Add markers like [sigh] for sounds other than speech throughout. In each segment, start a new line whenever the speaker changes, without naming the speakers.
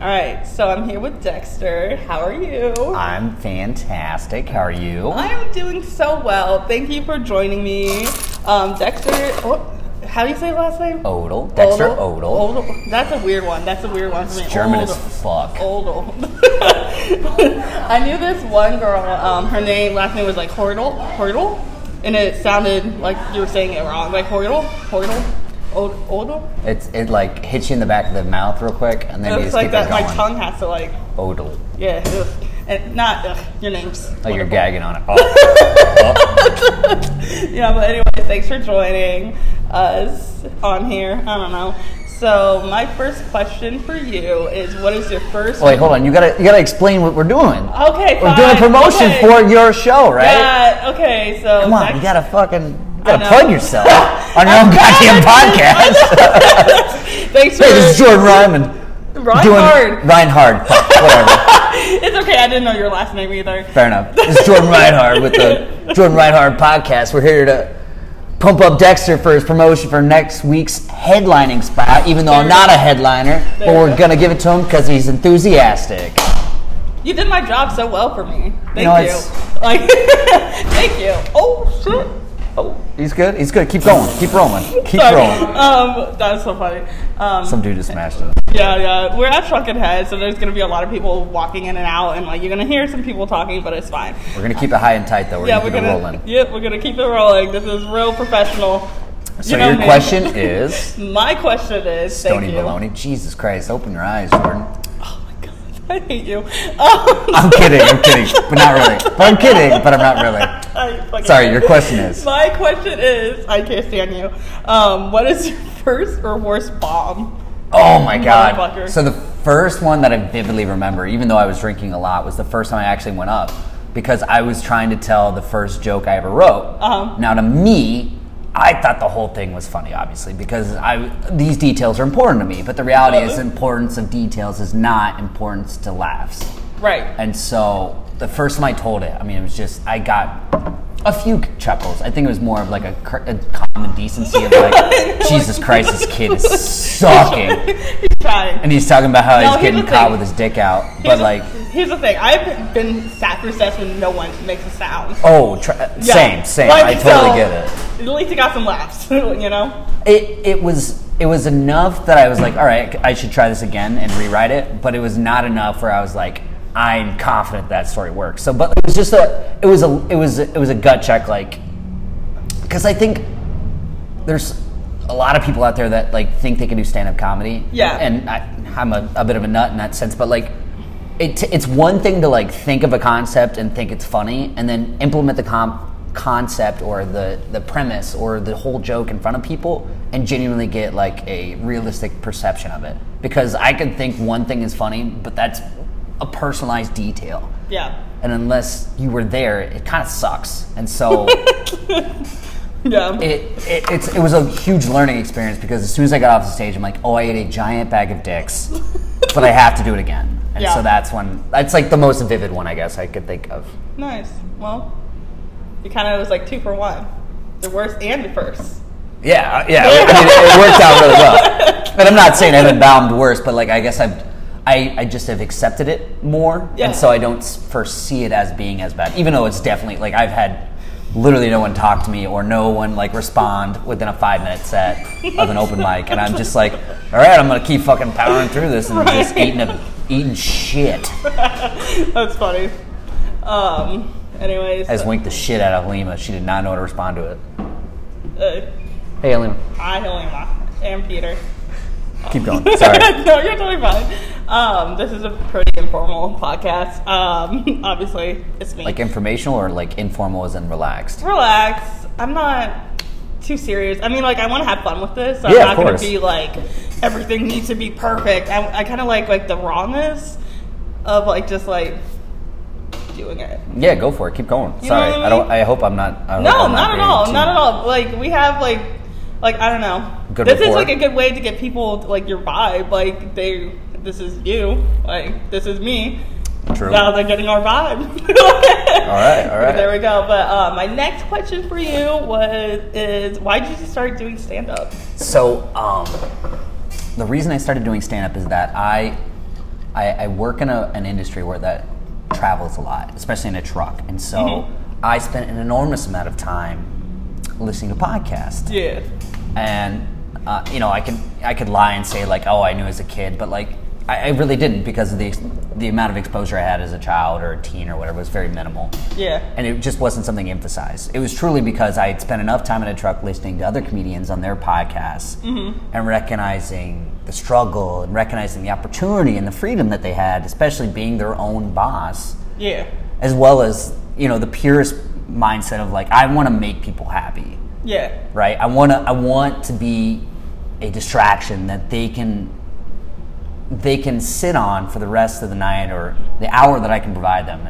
All right, so I'm here with Dexter. How are you?
I'm fantastic. How are you?
I am doing so well. Thank you for joining me. Um, Dexter, oh, how do you say last name?
Odal. Oh, Dexter Odal.
Odal. That's a weird one. That's a weird one for me.
It's German
Odal.
as fuck.
Odal. [laughs] I knew this one girl. Um, her name, last name was like Hordle, Hordle, and it sounded like you were saying it wrong, like Hordle, Hordle, Od- Odal.
It's it like hits you in the back of the mouth real quick, and then
It
you
was
just
like
keep
that. My
that going.
tongue has to like,
Odal.
yeah, ugh. and not ugh, your names.
Like you're gagging on it. Oh, [laughs]
yeah, but anyway, thanks for joining us on here. I don't know. So my first question for you is, what is your first?
wait, hold on. You gotta you gotta explain what we're doing.
Okay,
we're
fine.
doing promotion
okay.
for your show, right?
Yeah. Okay. So
Come on,
next-
you gotta fucking you
I
gotta
know.
plug yourself
[laughs]
on your own
I'm
goddamn
trying. [laughs]
podcast.
Thanks for
hey, this is Jordan Ryman.
Ryan
doing
Hard.
Reinhard. Fuck, whatever.
It's okay. I didn't know your last name either.
Fair enough. This is Jordan Reinhard with the Jordan Reinhard podcast. We're here to pump up Dexter for his promotion for next week's headlining spot, even though I'm not a headliner, but
There you
we're
go.
going to give it to him because he's enthusiastic.
You did my job so well for me. Thank
know,
you.
it's-
Like, [laughs] thank you. Oh shit.
Oh, he's good. He's good. Keep going. Keep rolling. Keep
Sorry.
rolling.
Um, that's so funny. Um,
Some dude just smashed him.
yeah, yeah. We're at Shrunken Head, so there's gonna be a lot of people walking in and out, and like you're gonna hear some people talking, but it's fine.
We're going to keep it high and tight, though. We're
yeah,
going
we're
to keep it
gonna.
rolling.
Yep, we're gonna keep it rolling. This is real professional.
So,
You know
your
me.
question
[laughs]
is
My question is.
Tony
thank you.
Maloney. Jesus Christ. Open your eyes, Jordan.
[laughs] I hate you. [laughs] Um,
I'm kidding. I'm kidding. But not really. But I'm kidding, but I'm not really.
I fucking-
Sorry, your question is.
My question is, I can't stand you. Um, what is your [laughs] first or worst bomb?
Oh my god!
Motherfucker.
So the first one that I vividly remember, even though I was drinking a lot, was the first time I actually went up because I was trying to tell the first joke I ever wrote.
Uh-huh.
Now to me, I thought the whole thing was funny, obviously, because I these details are important to me. But the reality is,
Uh-huh.
importance of details is not importance to laughs.
Right.
And so the first time I told it, I mean, it was just I got a few chuckles. I think it was more of like a, cur- a common decency
[laughs]
of like, Jesus Christ, this kid is sucking.
He's trying.
And he's talking about
No,
how he's
here's
getting
the
caught
thing.
with his dick out,
Here's
but
the-
like,
here's the thing: I've been sat through sets when no one makes a sound.
oh, tr- same, same.
Like,
I totally
so,
get it.
At least it got some laughs, [laughs] you know.
It it was it was enough that I was like, all right, I should try this again and rewrite it. But it was not enough where I was like, I'm confident that story works. So, but it was just a it was a it was it was a gut check, like because I think there's a lot of people out there that like think they can do stand up comedy.
Yeah.
and I, I'm a, a bit of a nut in that sense, but like. It, it's one thing to like think of a concept and think it's funny and then implement the com- concept or the, the premise or the whole joke in front of people and genuinely get like a realistic perception of it because i can think one thing is funny but that's a personalized detail
Yeah,
and unless you were there it kind of sucks and so
yeah.
it, it, it's, it was a huge learning experience because as soon as I got off the stage, I'm like, oh, I ate a giant bag of dicks, but I have to do it again. And
Yeah.
so that's when, that's like the most vivid one, I guess, I could think of.
nice. Well, you kind of was like two for one: the worst and the first. [laughs]
Yeah, uh, yeah, I mean, it worked out really well. And I'm not saying I've been bombed worse, but like, I guess I've, I, I just have accepted it more.
Yeah.
And so I don't s- foresee it as being as bad, even though it's definitely, like, I've had literally no one talk to me or no one, like, respond within a five minute set of an open mic. And I'm just like, all right, I'm going to keep fucking powering through this and just eating, a, eating shit.
That's funny. Um. Anyways,
I just winked the shit out of Lima. She did not know how to respond to it.
uh,
Hey, Lima.
I Helena and Peter. [laughs]
Keep going. Sorry.
no, you're totally fine. Um, this is a pretty informal podcast. Um, [laughs] obviously, it's me.
Like, informational or, like, informal as in relaxed?
relax. I'm not too serious. I mean, like, I want to have fun with this. So
Yeah, of
I'm not going
course.
to be like everything needs to be perfect. I, I kind of like like the rawness of like just like doing it.
Yeah, go for it. Keep going.
You know
Sorry,
what I
I don't.
mean?
I hope I'm not. I hope
No,
I'm
not at
being
all.
too-
Not at all. Like we have like like I don't know.
Good
this is
rapport.
like a good way to get people like your vibe. Like they this is you. Like this is me.
True.
Now they're getting our vibe. [laughs]
All right, all right.
There we go. But uh, my next question for you was is why did you start doing stand up?
So, um, the reason I started doing stand up is that I I, I work in a, an industry where that travels a lot, especially in a truck, and so
Mm-hmm.
I spent an enormous amount of time listening to podcasts
Yeah.
and uh, you know I could I could lie and say like oh I knew as a kid, but like I, I really didn't because of the the amount of exposure I had as a child or a teen or whatever was very minimal,
Yeah.
and it just wasn't something emphasized. It was truly because I had spent enough time in a truck listening to other comedians on their podcasts and recognizing the struggle and recognizing the opportunity and the freedom that they had, especially being their own boss
Yeah.
as well as you know the purest mindset of like I want to make people happy
Yeah.
right? I want to I want to be a distraction that they can they can sit on for the rest of the night or the hour that I can provide them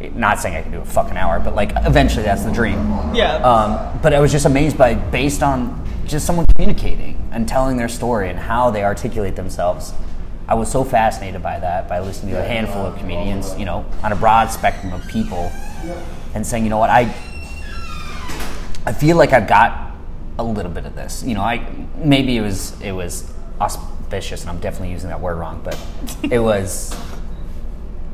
and not saying I can do a fucking hour, but like eventually that's the dream.
Yeah.
Um, but I was just amazed by based on just someone communicating and telling their story and how they articulate themselves. I was so fascinated by that by listening to a handful of comedians, you know, on a broad spectrum of people, and saying, you know what, I I feel like I've got a little bit of this. You know, I maybe it was it was auspicious, and I'm definitely using that word wrong, but it was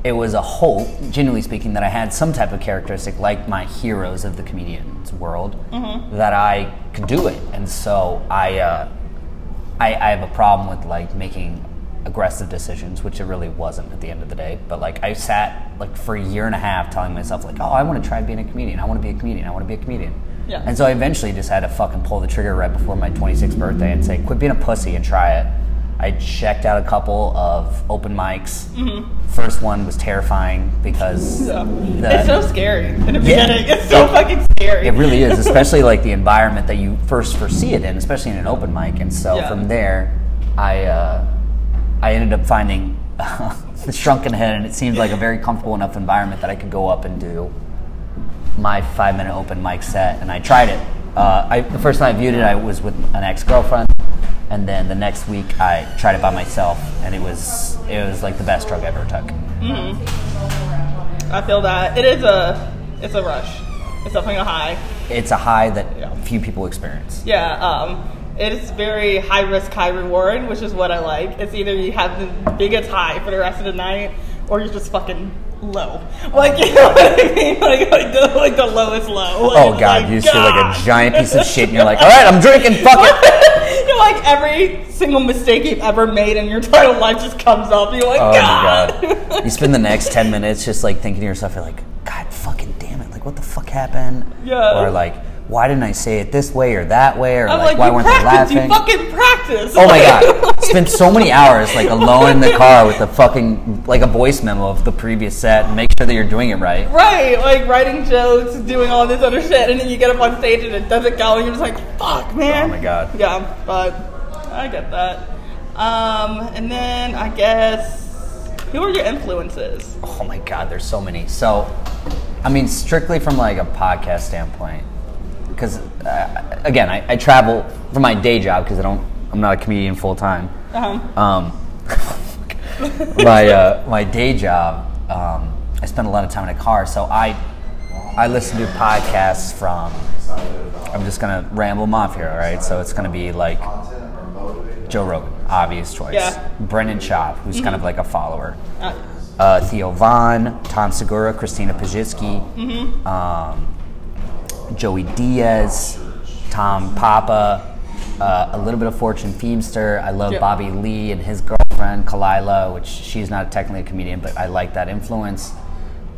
it was a hope, generally speaking, that I had some type of characteristic like my heroes of the comedian's world that I could do it, and so I, uh, I I have a problem with like making aggressive decisions, which it really wasn't at the end of the day. But like I sat like for a year and a half telling myself like, oh, I want to try being a comedian. I want to be a comedian. I want to be a comedian.
Yeah.
And so I eventually just had to fucking pull the trigger right before my 26th birthday and say, quit being a pussy and try it. I checked out a couple of open mics. First one was terrifying
[laughs]
because
So,
the-
it's so scary in the
Yeah.
beginning. It's so fucking scary.
it really is, especially like the environment that you first foresee it in, especially in an open mic. And so
Yeah.
from there, I uh, I ended up finding [laughs] the Shrunken Head, and it seemed like a very comfortable enough environment that I could go up and do my five minute open mic set. And I tried it. Uh, I, the first time I viewed it, I was with an ex girlfriend, and then the next week I tried it by myself, and it was it was like the best drug I ever took.
I feel that it is a it's a rush. It's definitely a high.
It's a high that
Yeah.
few people experience.
Yeah. Um, it is very high risk, high reward, which is what I like. It's either you have the biggest high for the rest of the night, or you're just fucking low. Like [laughs] you know what I mean? Like, like the, like the lowest low. Like,
Oh
it's
god, you see like
God.
a giant piece of shit and
[laughs]
you're like, alright, I'm drinking, fuck it.
you know, like every single mistake you've ever made in your [laughs] entire life just comes up. You're like,
Oh
God.
my god. You spend the next ten minutes just like thinking to yourself, you're like, God fucking damn it, like what the fuck happened?
Yeah.
Or like, why didn't I say it this way or that way?
[laughs]
Or
I'm like,
like, why
you
weren't they
practice, you
laughing?
fucking practice. [laughs]
Oh my god. Spent so many hours like alone in the car with the fucking like a voice memo of the previous set and make sure that you're doing it right.
Right, like writing jokes, doing all this other shit, and then you get up on stage and it doesn't go, and you're just like, fuck, man.
Oh my God.
Yeah, but I get that. Um, and then I guess, who are your influences?
Oh my god, there's so many. So, I mean, strictly from like a podcast standpoint, because uh, again, I, I travel for my day job because I don't, I'm not a comedian full time.
Uh-huh.
Um, [laughs] my uh, my day job, um, I spend a lot of time in a car, so I I listen to podcasts from. I'm just gonna ramble them off here, all right? So it's gonna be like Joe Rogan, obvious choice.
Yeah.
Brendan Schaub, who's kind of like a follower
Uh,
uh, Theo Vaughn, Tom Segura, Christina Pajitsky,
Mm-hmm.
um, Joey Diaz, Tom Papa, uh, a little bit of Fortune Feemster. I love
Yep.
Bobby Lee and his girlfriend, Kalila, which she's not technically a comedian, but I like that influence.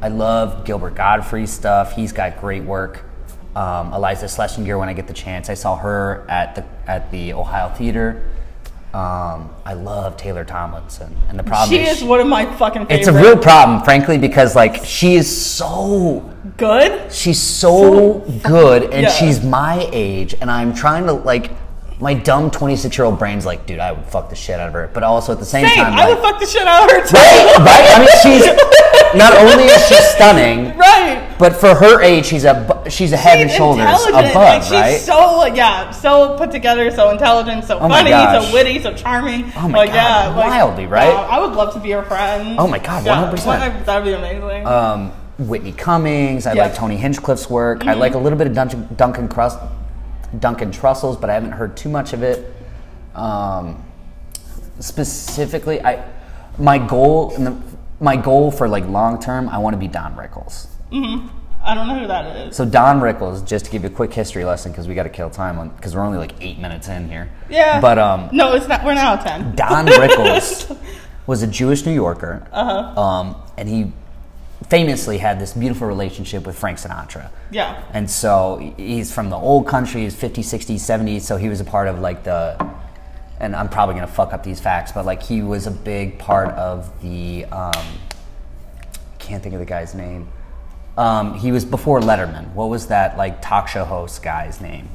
I love Gilbert Godfrey stuff. He's got great work. Um, Eliza Schlesinger, when I get the chance, I saw her at the at the Ohio Theater. Um, I love Taylor Tomlinson, and the problem
she
is
is one of my fucking favorites.
it's a real problem, frankly, because like she is so
good.
she's so good, and
Yeah.
she's my age, and I'm trying to like my dumb 26 year old brain's like, dude, I would fuck the shit out of her, but also at the same,
Hey,
time,
I
like,
would fuck the shit out of her too.
right, right? I mean, she's not only is
[laughs]
she stunning,
Right.
but for her age, she's a she's a head and
She's
shoulders
intelligent,
above,
like, she's
right?
so like, yeah, so put together, so intelligent, so
Oh my
funny,
gosh.
so witty, so charming.
Oh my
like,
God,
yeah, like,
wildly, right?
yeah, I would love to be her friend.
Oh my God,
Yeah,
100%.
like, that'd be amazing.
um, Whitney Cummings. I
Yeah.
like Tony Hinchcliffe's work. I like a little bit of Duncan, Duncan, Crus- Duncan Trussell's, but I haven't heard too much of it. Um, specifically, I my goal and the, my goal for like long term, I want to be Don Rickles.
I don't know who that is.
So Don Rickles, just to give you a quick history lesson, because we got to kill time on because we're only like eight minutes in here.
Yeah.
But um,
No, it's not. We're now at 10.
Don Rickles was a Jewish New Yorker, um, and he famously had this beautiful relationship with Frank Sinatra.
Yeah.
And so he- he's from the old country, he's 50s, 60s, 70s, so he was a part of like the, and I'm probably gonna fuck up these facts, but like he was a big part of the, um, I can't think of the guy's name. Um, he was before Letterman. What was that like talk show host guy's name?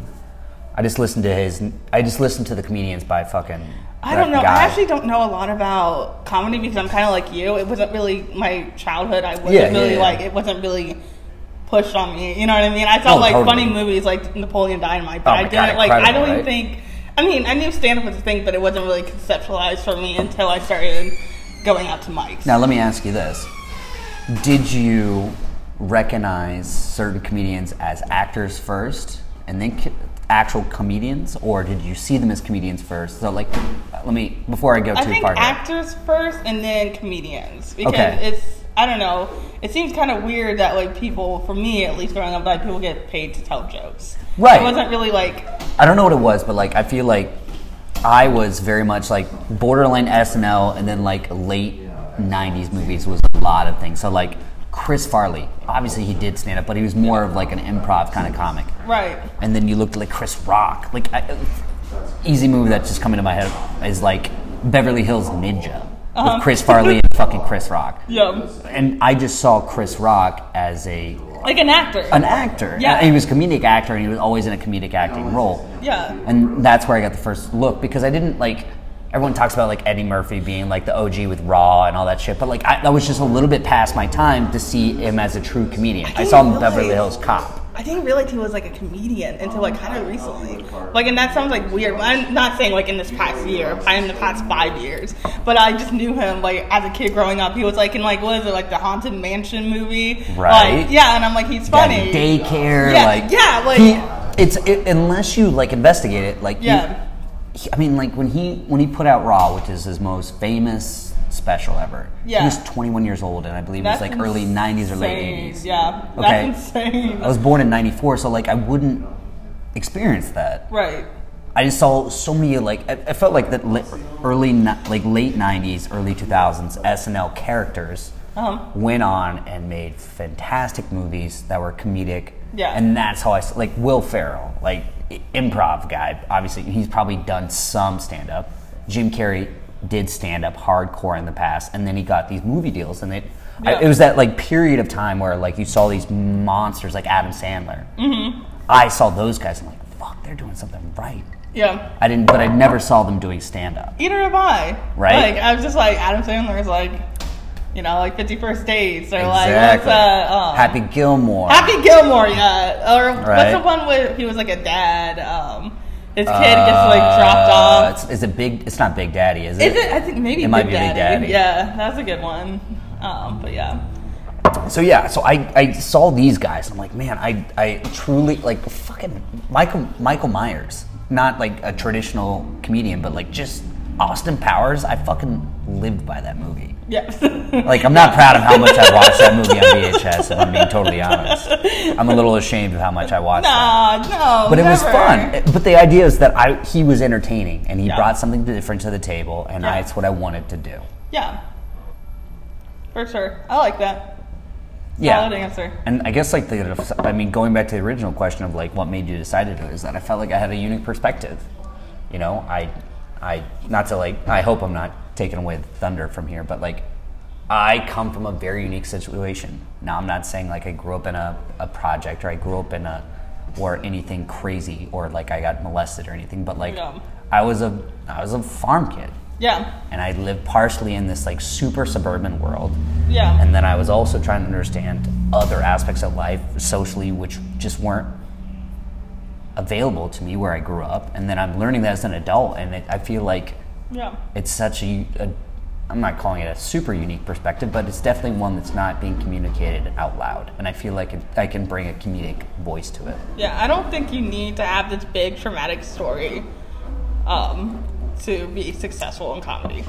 I just listened to his, I just listened to the comedians by fucking.
I
that
don't know.
guy.
I actually don't know a lot about comedy because I'm kind of like you. It wasn't really my childhood. I wasn't
Yeah, yeah,
really
yeah.
like it wasn't really pushed on me. You know what I mean? I saw
Oh,
like
totally.
funny movies like Napoleon Dynamite, but
Oh
I
my
didn't
God,
like. I
incredible,
don't even
right?
think. I mean, I knew stand up was a thing, but it wasn't really conceptualized for me until I started going out to mics.
Now let me ask you this: Did you recognize certain comedians as actors first, and then co- actual comedians, or did you see them as comedians first? So, like, let me before I go too
I think
far. here.
actors first and then comedians because
Okay.
it's I don't know. It seems kind of weird that like people, for me at least growing up, like people get paid to tell jokes.
Right.
It wasn't really like
I don't know what it was, but like I feel like I was very much like borderline SNL, and then like late '90s movies was a lot of things. So like Chris Farley, obviously he did stand up, but he was more of like an improv kind of comic.
right.
and then you looked like Chris Rock. Like, I, easy movie that's just coming to my head is like Beverly Hills Ninja
Uh-huh.
with Chris Farley and fucking Chris Rock.
Yeah.
And I just saw Chris Rock as a
Like an actor.
an actor.
Yeah.
he was a comedic actor, and he was always in a comedic acting role.
yeah.
And that's where I got the first look because I didn't like. Everyone talks about like Eddie Murphy being like the OG with Raw and all that shit, but like I, that was just a little bit past my time to see him as a true comedian. I,
didn't
saw him in
realize-
Beverly Hills Cop.
I didn't realize he was like a comedian until like kind of recently. Like, and that sounds like weird. but I'm not saying like in this past year, I in the past five years, but I just knew him like as a kid growing up. He was like in like what is it like the Haunted Mansion movie?
Right.
Like, yeah, and I'm like he's
got
funny.
daycare.
Yeah,
like
yeah, like-
he, it's it, unless you like investigate it. Like he-
Yeah.
he- I mean, like when he when he put out Raw, which is his most famous special ever.
Yeah.
he was 21 years old, and I believe
That's
it was like early 90s or late
insane.
80s.
Yeah,
Okay.
that's insane.
I was born in 94, so like I wouldn't experience that.
right.
I just saw so many like I, I felt like that li- early ni- like late 90s, early 2000s SNL characters
Uh-huh.
went on and made fantastic movies that were comedic.
Yeah.
And that's how I s- like Will Ferrell, like i- improv guy. Obviously, he's probably done some stand up. Jim Carrey did stand up hardcore in the past, and then he got these movie deals, and they. I,
Yeah.
it was that like period of time where like you saw these monsters like Adam Sandler. Mm-hmm. I saw those guys. I'm like, fuck, they're doing something right.
Yeah.
I didn't, but I never saw them doing stand up.
Either have I.
Right?
Like I was just like Adam Sandler is like, you know, like Fifty First Dates or like what's
Exactly.
uh, um,
Happy Gilmore.
Happy Gilmore, yeah. Or what's
Right.
the one where he was like a dad? Um, his kid gets like dropped
Uh,
off.
It's, is it big? It's not Big Daddy, is it?
Is it? I think maybe
It might
Big
be Big
Daddy.
Daddy.
Yeah, that's a good one. Um, but yeah,
Uh, So yeah, so I, I saw these guys. I'm like, man, I, I truly like fucking Michael Michael Myers, not like a traditional comedian, but like just Austin Powers. I fucking lived by that movie.
[laughs] yeah.
Like I'm not proud of how much I watched that movie on VHS. If I'm being totally honest, I'm a little ashamed of how much I watched. that.
nah, no.
But it was
never.
fun. It- But the idea is that I he was entertaining and he
Yeah.
brought something different to the table, and
Yeah.
that's what I wanted to do.
Yeah, for sure. I like that.
Yeah.
Solid answer.
And I guess like the I mean going back to the original question of like what made you decide to do it is that I felt like I had a unique perspective. You know, I I not to like I hope I'm not taking away the thunder from here, but like I come from a very unique situation. Now I'm not saying like I grew up in a, a project or I grew up in a or anything crazy or like I got molested or anything, but like
Yeah.
I was a I was a farm kid.
Yeah,
And I lived partially in this like super suburban world.
yeah.
And then I was also trying to understand other aspects of life socially, which just weren't available to me where I grew up. And then I'm learning that as an adult, and it, I feel like
yeah.
it's such a, a, I'm not calling it a super unique perspective, but it's definitely one that's not being communicated out loud. And I feel like it, I can bring a comedic voice to it.
Yeah, I don't think you need to have this big traumatic story um, to be successful in comedy.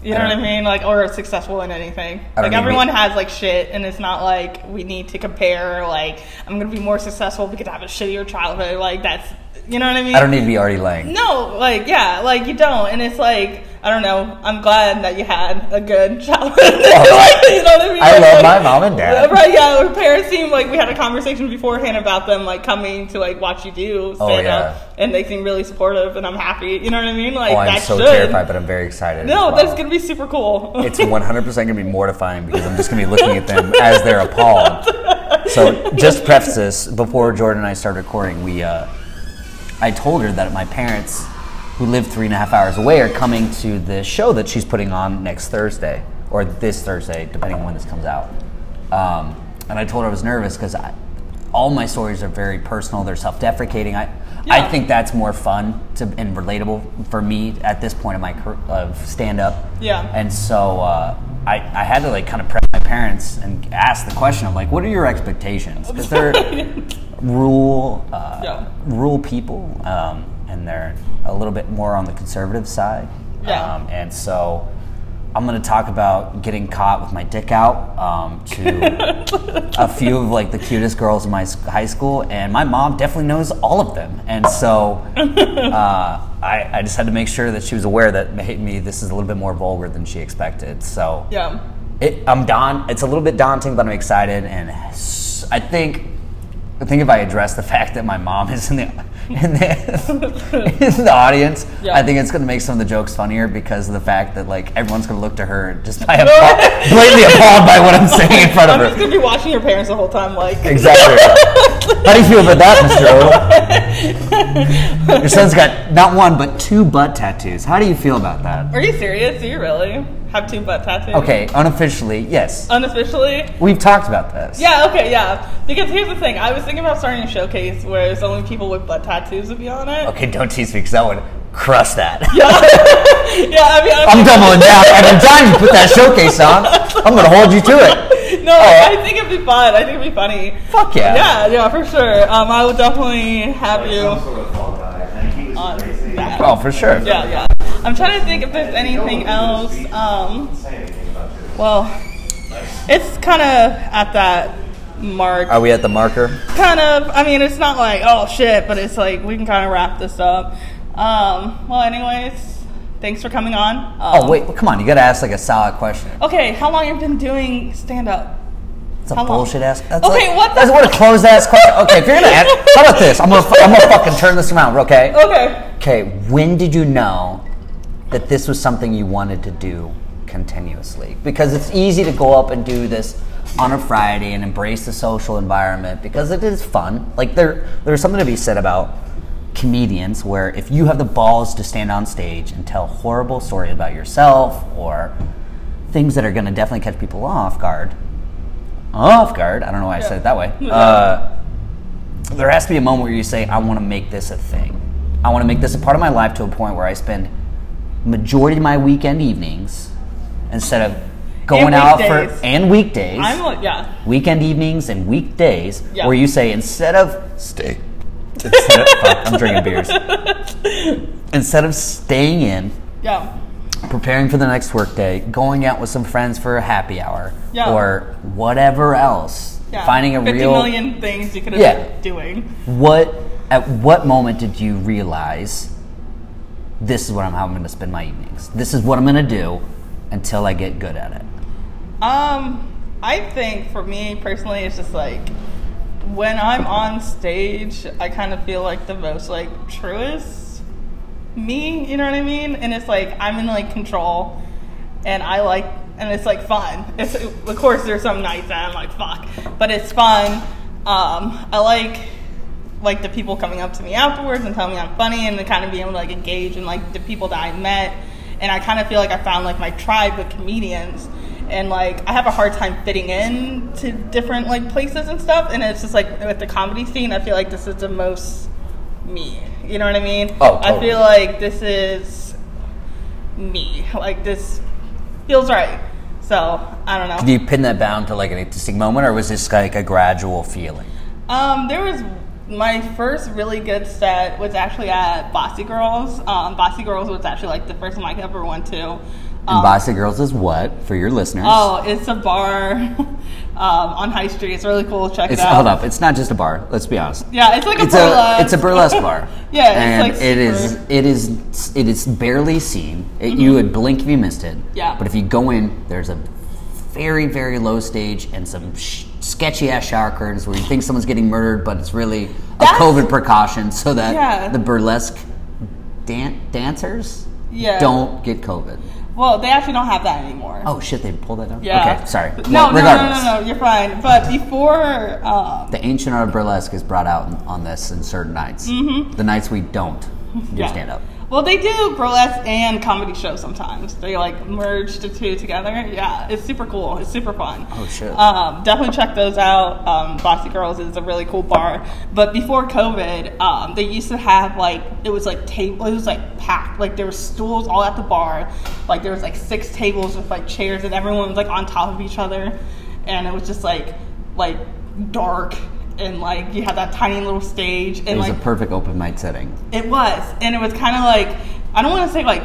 You know what I
Yeah.
mean? Like, or successful in anything.
I
Like,
don't mean
everyone
be-
has like shit, and it's not like we need to compare. Like, I'm gonna be more successful because I have a shittier childhood. Like, that's you know what I mean?
I don't need to be already Lang.
No, like yeah, like you don't, and it's like I don't know. I'm glad that you had a good childhood. [laughs] Like, you know what I mean?
I love
Like, uh,
my mom and dad.
Right? Yeah, our parents seem like we had a conversation beforehand about them like coming to like watch you do stand
Oh, yeah.
up, and they seem really supportive, and I'm happy. You know what I mean? Like
Oh, I'm
that
so
should.
terrified, but I'm very excited.
no,
as well.
that's gonna be super cool.
It's 100% gonna be mortifying because I'm just gonna be looking at them as they're appalled. So just preface this before Jordan and I started recording, we uh, I told her that my parents, who live three and a half hours away, are coming to the show that she's putting on next Thursday or this Thursday, depending on when this comes out. Um, and I told her I was nervous because all my stories are very personal. They're self-deprecating. I I
Yeah.
think that's more fun to, and relatable for me at this point in my car- of stand-up.
Yeah.
And so uh, I, I had to like kind of prep my parents and ask the question of like, what are
[laughs]
your expectations? Because they're rural, uh,
Yeah.
rural people, um, and they're a little bit more on the conservative side.
Yeah.
Um, and so I'm going to talk about getting caught with my dick out um,
[laughs]
to a few of like the cutest girls in my s- high school, and my mom definitely knows all of them. And
[laughs]
so uh, I, I just had to make sure that she was aware that hey, me this is a little bit more vulgar than she expected. So
[laughs] yeah,
it, I'm daunted. It's a little bit daunting, but I'm excited, and s- I think I think if I address the [laughs] fact that my mom is in the in the, [laughs] in the audience,
Yeah.
I think it's going to make some of the jokes funnier because of the fact that like everyone's going to look to her just [laughs] by appa- blatantly appalled by what I'm saying in front
I'm
of
just
her.
gonna be watching your parents the whole time. Like,
Exactly. [laughs] How do you feel about that, Mr. Odom? Your son's got not one but two butt tattoos. How do you feel about that?
are you serious? Do you really have two butt tattoos?
Okay, unofficially, yes.
Unofficially,
We've talked about this.
Yeah, okay, yeah. Because here's the thing, I was thinking about starting a showcase where it's only people with butt tattoos would be on it.
Okay, don't tease me because I would crush [laughs] that.
Yeah, I mean,
I'm
I'm,
doubling down every time you put that showcase on. I'm gonna hold you to it.
no, I think it'd be fun. I think it'd be funny.
Fuck yeah.
Yeah, yeah, for sure. Um, I would definitely have
Some
you
sort of fall guy. I think he was
on
crazy.
that.
Oh, for sure.
Yeah, yeah. I'm trying to think if there's anything else. Um,
Say anything about this.
well, it's kind of at that mark.
Are we at the marker?
kind of i mean it's not like oh shit but it's like we can kind of wrap this up um, well anyways thanks for coming on Um,
Oh wait, come on. You gotta ask like a solid question.
okay how long you been doing stand up
It's a
how long?
bullshit ass. That's
Okay,
like-
what the
That's what a closed ass question. Okay, if you're gonna ask, how about this? I'm gonna fu- I'm gonna fucking turn this around. Okay.
okay
Okay. When did you know that this was something you wanted to do continuously? Because it's easy to go up and do this on a Friday and embrace the social environment because it is fun. Like there, there's something to be said about comedians where if you have the balls to stand on stage and tell horrible story about yourself or things that are going to definitely catch people off guard, off guard. I don't know why I said it that way. Uh, there has to be a moment where you say, "I want to make this a thing. I want to make this a part of my life to a point where I spend majority of my weekend evenings instead of going out for
weekdays.
and weekdays,
i'm like yeah
weekend evenings and weekdays,
Yeah.
where you say instead of stay, instead of, fuck, I'm drinking beers,
[laughs]
instead of staying in."
yeah
preparing for the next workday, going out with some friends for a happy hour,
Yeah.
or whatever else.
yeah
Finding a
50
real
million things you could have
Yeah.
been doing
what at what moment did you realize this is what I'm how I'm going to spend my evenings. This is what I'm going to do until I get good at it.
um i think for me personally it's just like when i'm on stage i kind of feel like the most like truest me, you know what I mean? And it's like I'm in like control and I like and it's like fun. It's of course there's some nights that I'm like fuck, but it's fun. Um I like like the people coming up to me afterwards and telling me I'm funny and to kind of being able to like engage and like the people that I met and I kind of feel like I found like my tribe of comedians and like I have a hard time fitting in to different like places and stuff and it's just like with the comedy scene I feel like this is the most me. You know what I mean?
Oh,
I
totally.
feel like this is me. Like this feels right. So I don't know.
Did you pin that down to like an interesting moment, or was this like a gradual feeling?
Um, there was my first really good set was actually at Bossy Girls. Um, Bossy Girls was actually like the first one I ever went to.
And Bossy Girls is what for your listeners?
Oh, it's a bar [laughs] um, on High Street. It's really cool. Check
it's
it out.
hold up. It's not just a bar. Let's be honest.
Yeah, it's like a
it's
burlesque.
a it's a burlesque
[laughs]
bar.
Yeah, it's
and
like
it is
super- Mm-hmm.
it is it is barely seen. It, You would blink if you missed it.
Yeah.
But if you go in, there's a very very low stage and some sh- sketchy ass shower curtains where you think someone's getting murdered, but it's really a
That's-
COVID precaution so that
Yeah.
the burlesque dan- dancers
Yeah.
don't get COVID.
Well, they actually don't have that anymore.
Oh shit! They pulled that down.
Yeah.
Okay. Sorry.
No,
Well,
no, no,
regardless.
no, no, You're fine. But before, um,
The ancient art of burlesque is brought out on this in certain nights. The nights we don't do
Mm-hmm. [laughs] Yeah.
stand up.
well, they do burlesque and comedy shows sometimes. They like merge the two together. Yeah, it's super cool. It's super fun.
Oh, shit.
Um, definitely check those out. Um, Bossy Girls is a really cool bar. But before COVID, um, they used to have like it was like table. It was like packed. Like there were stools all at the bar. Like there was like six tables with like chairs, and everyone was like on top of each other, and it was just like like dark. And like you had that tiny little stage, and
It was
like
a perfect open mic setting.
it was, and it was kind of like I don't want to say like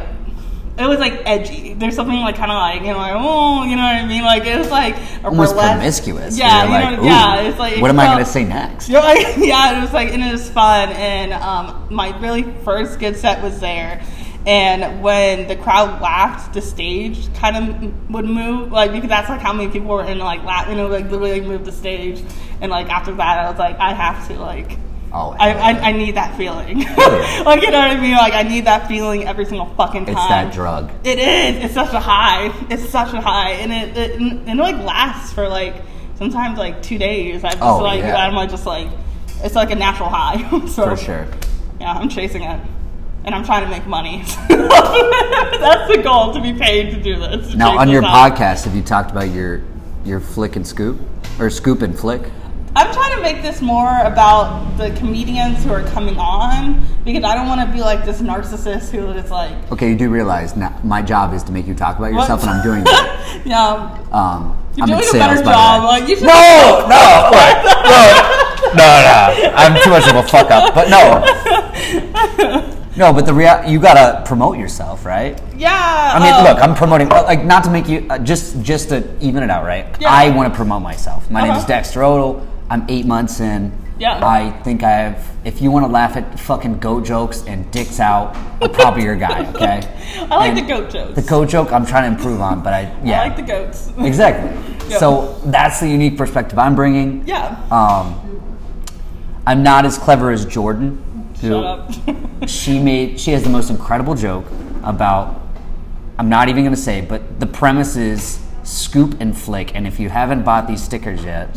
it was like edgy. There's something like kind of like you know like oh you know what I mean like it was like a
Almost
burlesque.
promiscuous.
Yeah,
You're
you know,
ooh,
yeah. It's like
what am I
well, [laughs]
going to say next?
You're like yeah. It was like and it was fun, and um, my really first good set was there. And when the crowd laughed, the stage kind of would move, like because that's like how many people were in like laugh, you know, like literally like, move the stage. And like after that, I was like, I have to like
Oh,
I,
hell yeah.
I, I need that feeling.
Yeah.
[laughs] like, you know what I mean? Like, I need that feeling every single fucking time.
it's that drug.
It is. It's such a high. It's such a high. And it, it, and it like, lasts for, like, sometimes, like, two days. I just,
Oh,
like,
yeah.
I'm, like, just, like, it's like a natural high. [laughs] so,
For sure.
Yeah, I'm chasing it. And I'm trying to make money. [laughs] That's the goal, to be paid to do this. to
Now,
chase
on
this
your
high.
podcast, have you talked about your your flick and scoop? Or scoop and flick?
I'm trying to make this more about the comedians who are coming on because I don't want to be like this narcissist who is like, [laughs]
Okay, you do realize now my job is to make you talk about yourself,
What?
and I'm
[laughs]
doing that.
yeah,
Um,
You're
I'm in
doing a
sales,
better
by the
job,
way.
like, you should-
no, no,
[laughs]
what? no, no, no. I'm too much of a fuck up, but
[laughs]
no, no. But the real, you gotta promote yourself, right?
yeah.
I mean,
um,
look, I'm promoting, well, like, not to make you, uh, just just to even it out, right?
Yeah.
I want to promote myself. My name is
Uh-huh.
Dexter Odell. I'm eight months in.
Yeah.
I think I have. If you want to laugh at fucking goat jokes and dicks out, I'm probably
[laughs]
your guy. Okay.
uh, I like
And
the goat jokes.
The goat joke, I'm trying to improve on, but I yeah.
I like the goats.
Exactly.
Yeah.
So that's the unique perspective I'm bringing.
yeah.
Um, I'm not as clever as Jordan. who-
Shut up.
She made. She has the most incredible joke about. I'm not even going to say, but the premise is scoop and flick. And if you haven't bought these
[laughs]
stickers yet,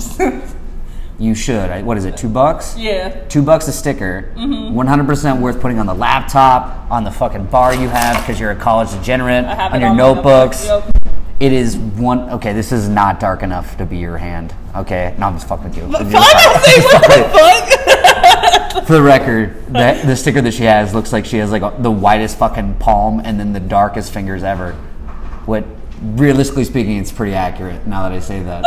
you should. I- What is it? Two bucks.
yeah.
Two bucks a sticker,
Mm-hmm.
100% worth putting on the laptop, on the fucking bar you have because you're a college degenerate,
I have
on
it
your
on my
notebooks.
notebook,
It is one. Okay, this is not dark enough to be your hand. Okay, no, I'm just fucking with you.
[laughs] So I'm gonna say, what the
[laughs]
fuck?
For the record, that the sticker that she has looks like she has like the whitest fucking palm and then the darkest fingers ever. What, realistically speaking, it's pretty accurate now that I say that.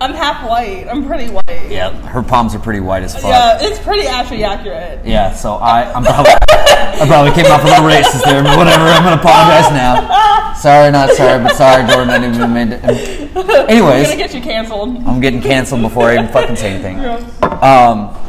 I'm half white. I'm pretty white. [laughs] Yeah.
yep, her palms are pretty white as fuck.
it's pretty actually accurate.
Yeah, so I, I'm probably, I probably came off a little racist there, but whatever. I'm gonna apologize now. Sorry, not sorry, but sorry, Jordan. I didn't even
[laughs]
mean to.
I'm gonna
Anyways, Oh
get you canceled.
I'm getting canceled before I even fucking say anything.
Yeah.
Um,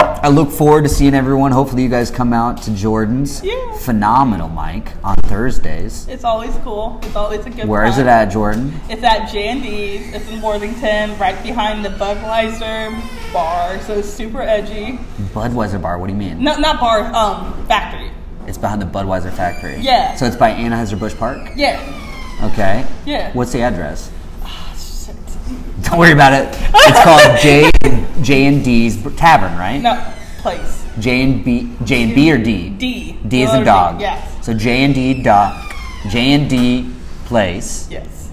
I look forward to seeing everyone. Hopefully, you guys come out to Jordan's
Yeah.
phenomenal mic on Thursdays.
It's always cool. It's always a good.
Where is
time.
it at, Jordan?
It's at Jandy's. It's in Worthington, right behind the Budweiser bar. So it's super edgy.
Budweiser Bar. What do you mean?
No, not bar. Um, factory.
It's behind the Budweiser factory.
Yeah.
So it's by Anheuser Busch Park.
Yeah.
Okay.
Yeah.
What's the address?
Shit.
Don't worry about it. It's
[laughs]
called J J and D's Tavern, right?
No place.
J and B J and B or D?
D.
D is
Letter
a
D,
dog.
Yes.
So J and D dog J and D place
Yes.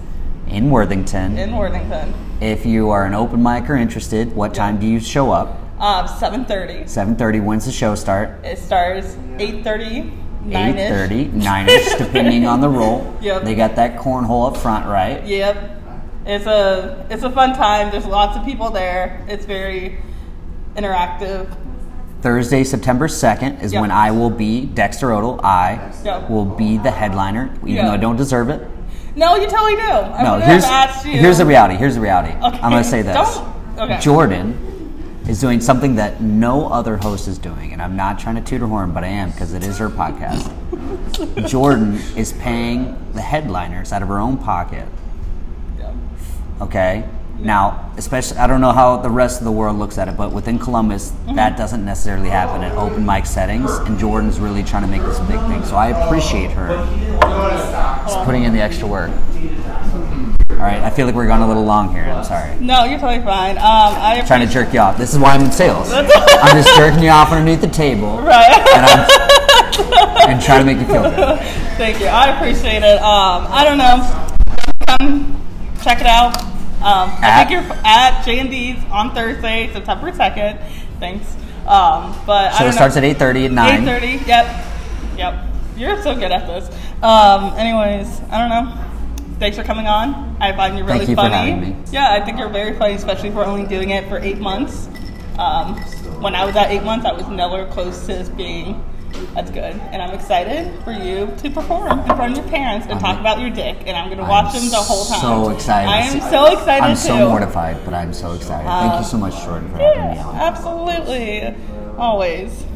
in Worthington.
In Worthington.
if you are an open mic or interested, what time do you show up?
Um, 7.30.
7:30. When's the show start?
It starts 8.30, 9
8:30, 9ish, depending on the role.
[laughs] Yep.
They got that cornhole up front, right?
Yep. It's a, it's a fun time. There's lots of people there. It's very interactive.
Thursday, September 2nd is
Yeah.
when I will be Dexter Odell. I
Yeah.
will be the headliner, even
Yeah.
though I don't deserve it.
No, you totally do. I
no,
wouldn't
here's
have asked you.
here's the reality. Here's the reality.
Okay,
I'm gonna say this.
don't- okay.
Jordan is doing something that no other host is doing, and I'm not trying to tutor horn, but I am because it is her
[laughs]
podcast. Jordan is paying the headliners out of her own pocket.
Yeah.
Okay. Now, especially, I don't know how the rest of the world looks at it, but within Columbus,
Mm-hmm.
that doesn't necessarily happen in open mic settings, and Jordan's really trying to make this a big thing. So I appreciate her. Just putting in the extra work. All right, I feel like we're going a little long here. I'm sorry.
No, you're totally fine. Um, I
trying to jerk you off. This is why I'm in sales. I'm just jerking you off underneath the table,
[laughs] Right.
and I'm and trying to make you
[laughs]
feel good.
Thank you. I appreciate it. Um, I don't know. Come check it out. Um, I
At?
think you're at J and D's on Thursday, September second. Thanks. Um, but I
So
don't
it starts
know.
at 8:30 at nine.
Eight thirty. Yep. Yep. You're so good at this. Um, anyways, I don't know. Thanks for coming on. I find you really
Thank you for
funny.
having me.
Yeah, I think you're very funny, especially for only doing it for eight months. Um, when I was at eight months, I was nowhere close to this being that's good. And I'm excited for you to perform in front of your parents and talk about your dick. And I'm going to watch
I'm
them the whole time.
so excited.
I am so excited
I'm
too.
so mortified, but I'm so excited. Thank you so much, Jordan, for having me
Yeah,
on.
absolutely. Always.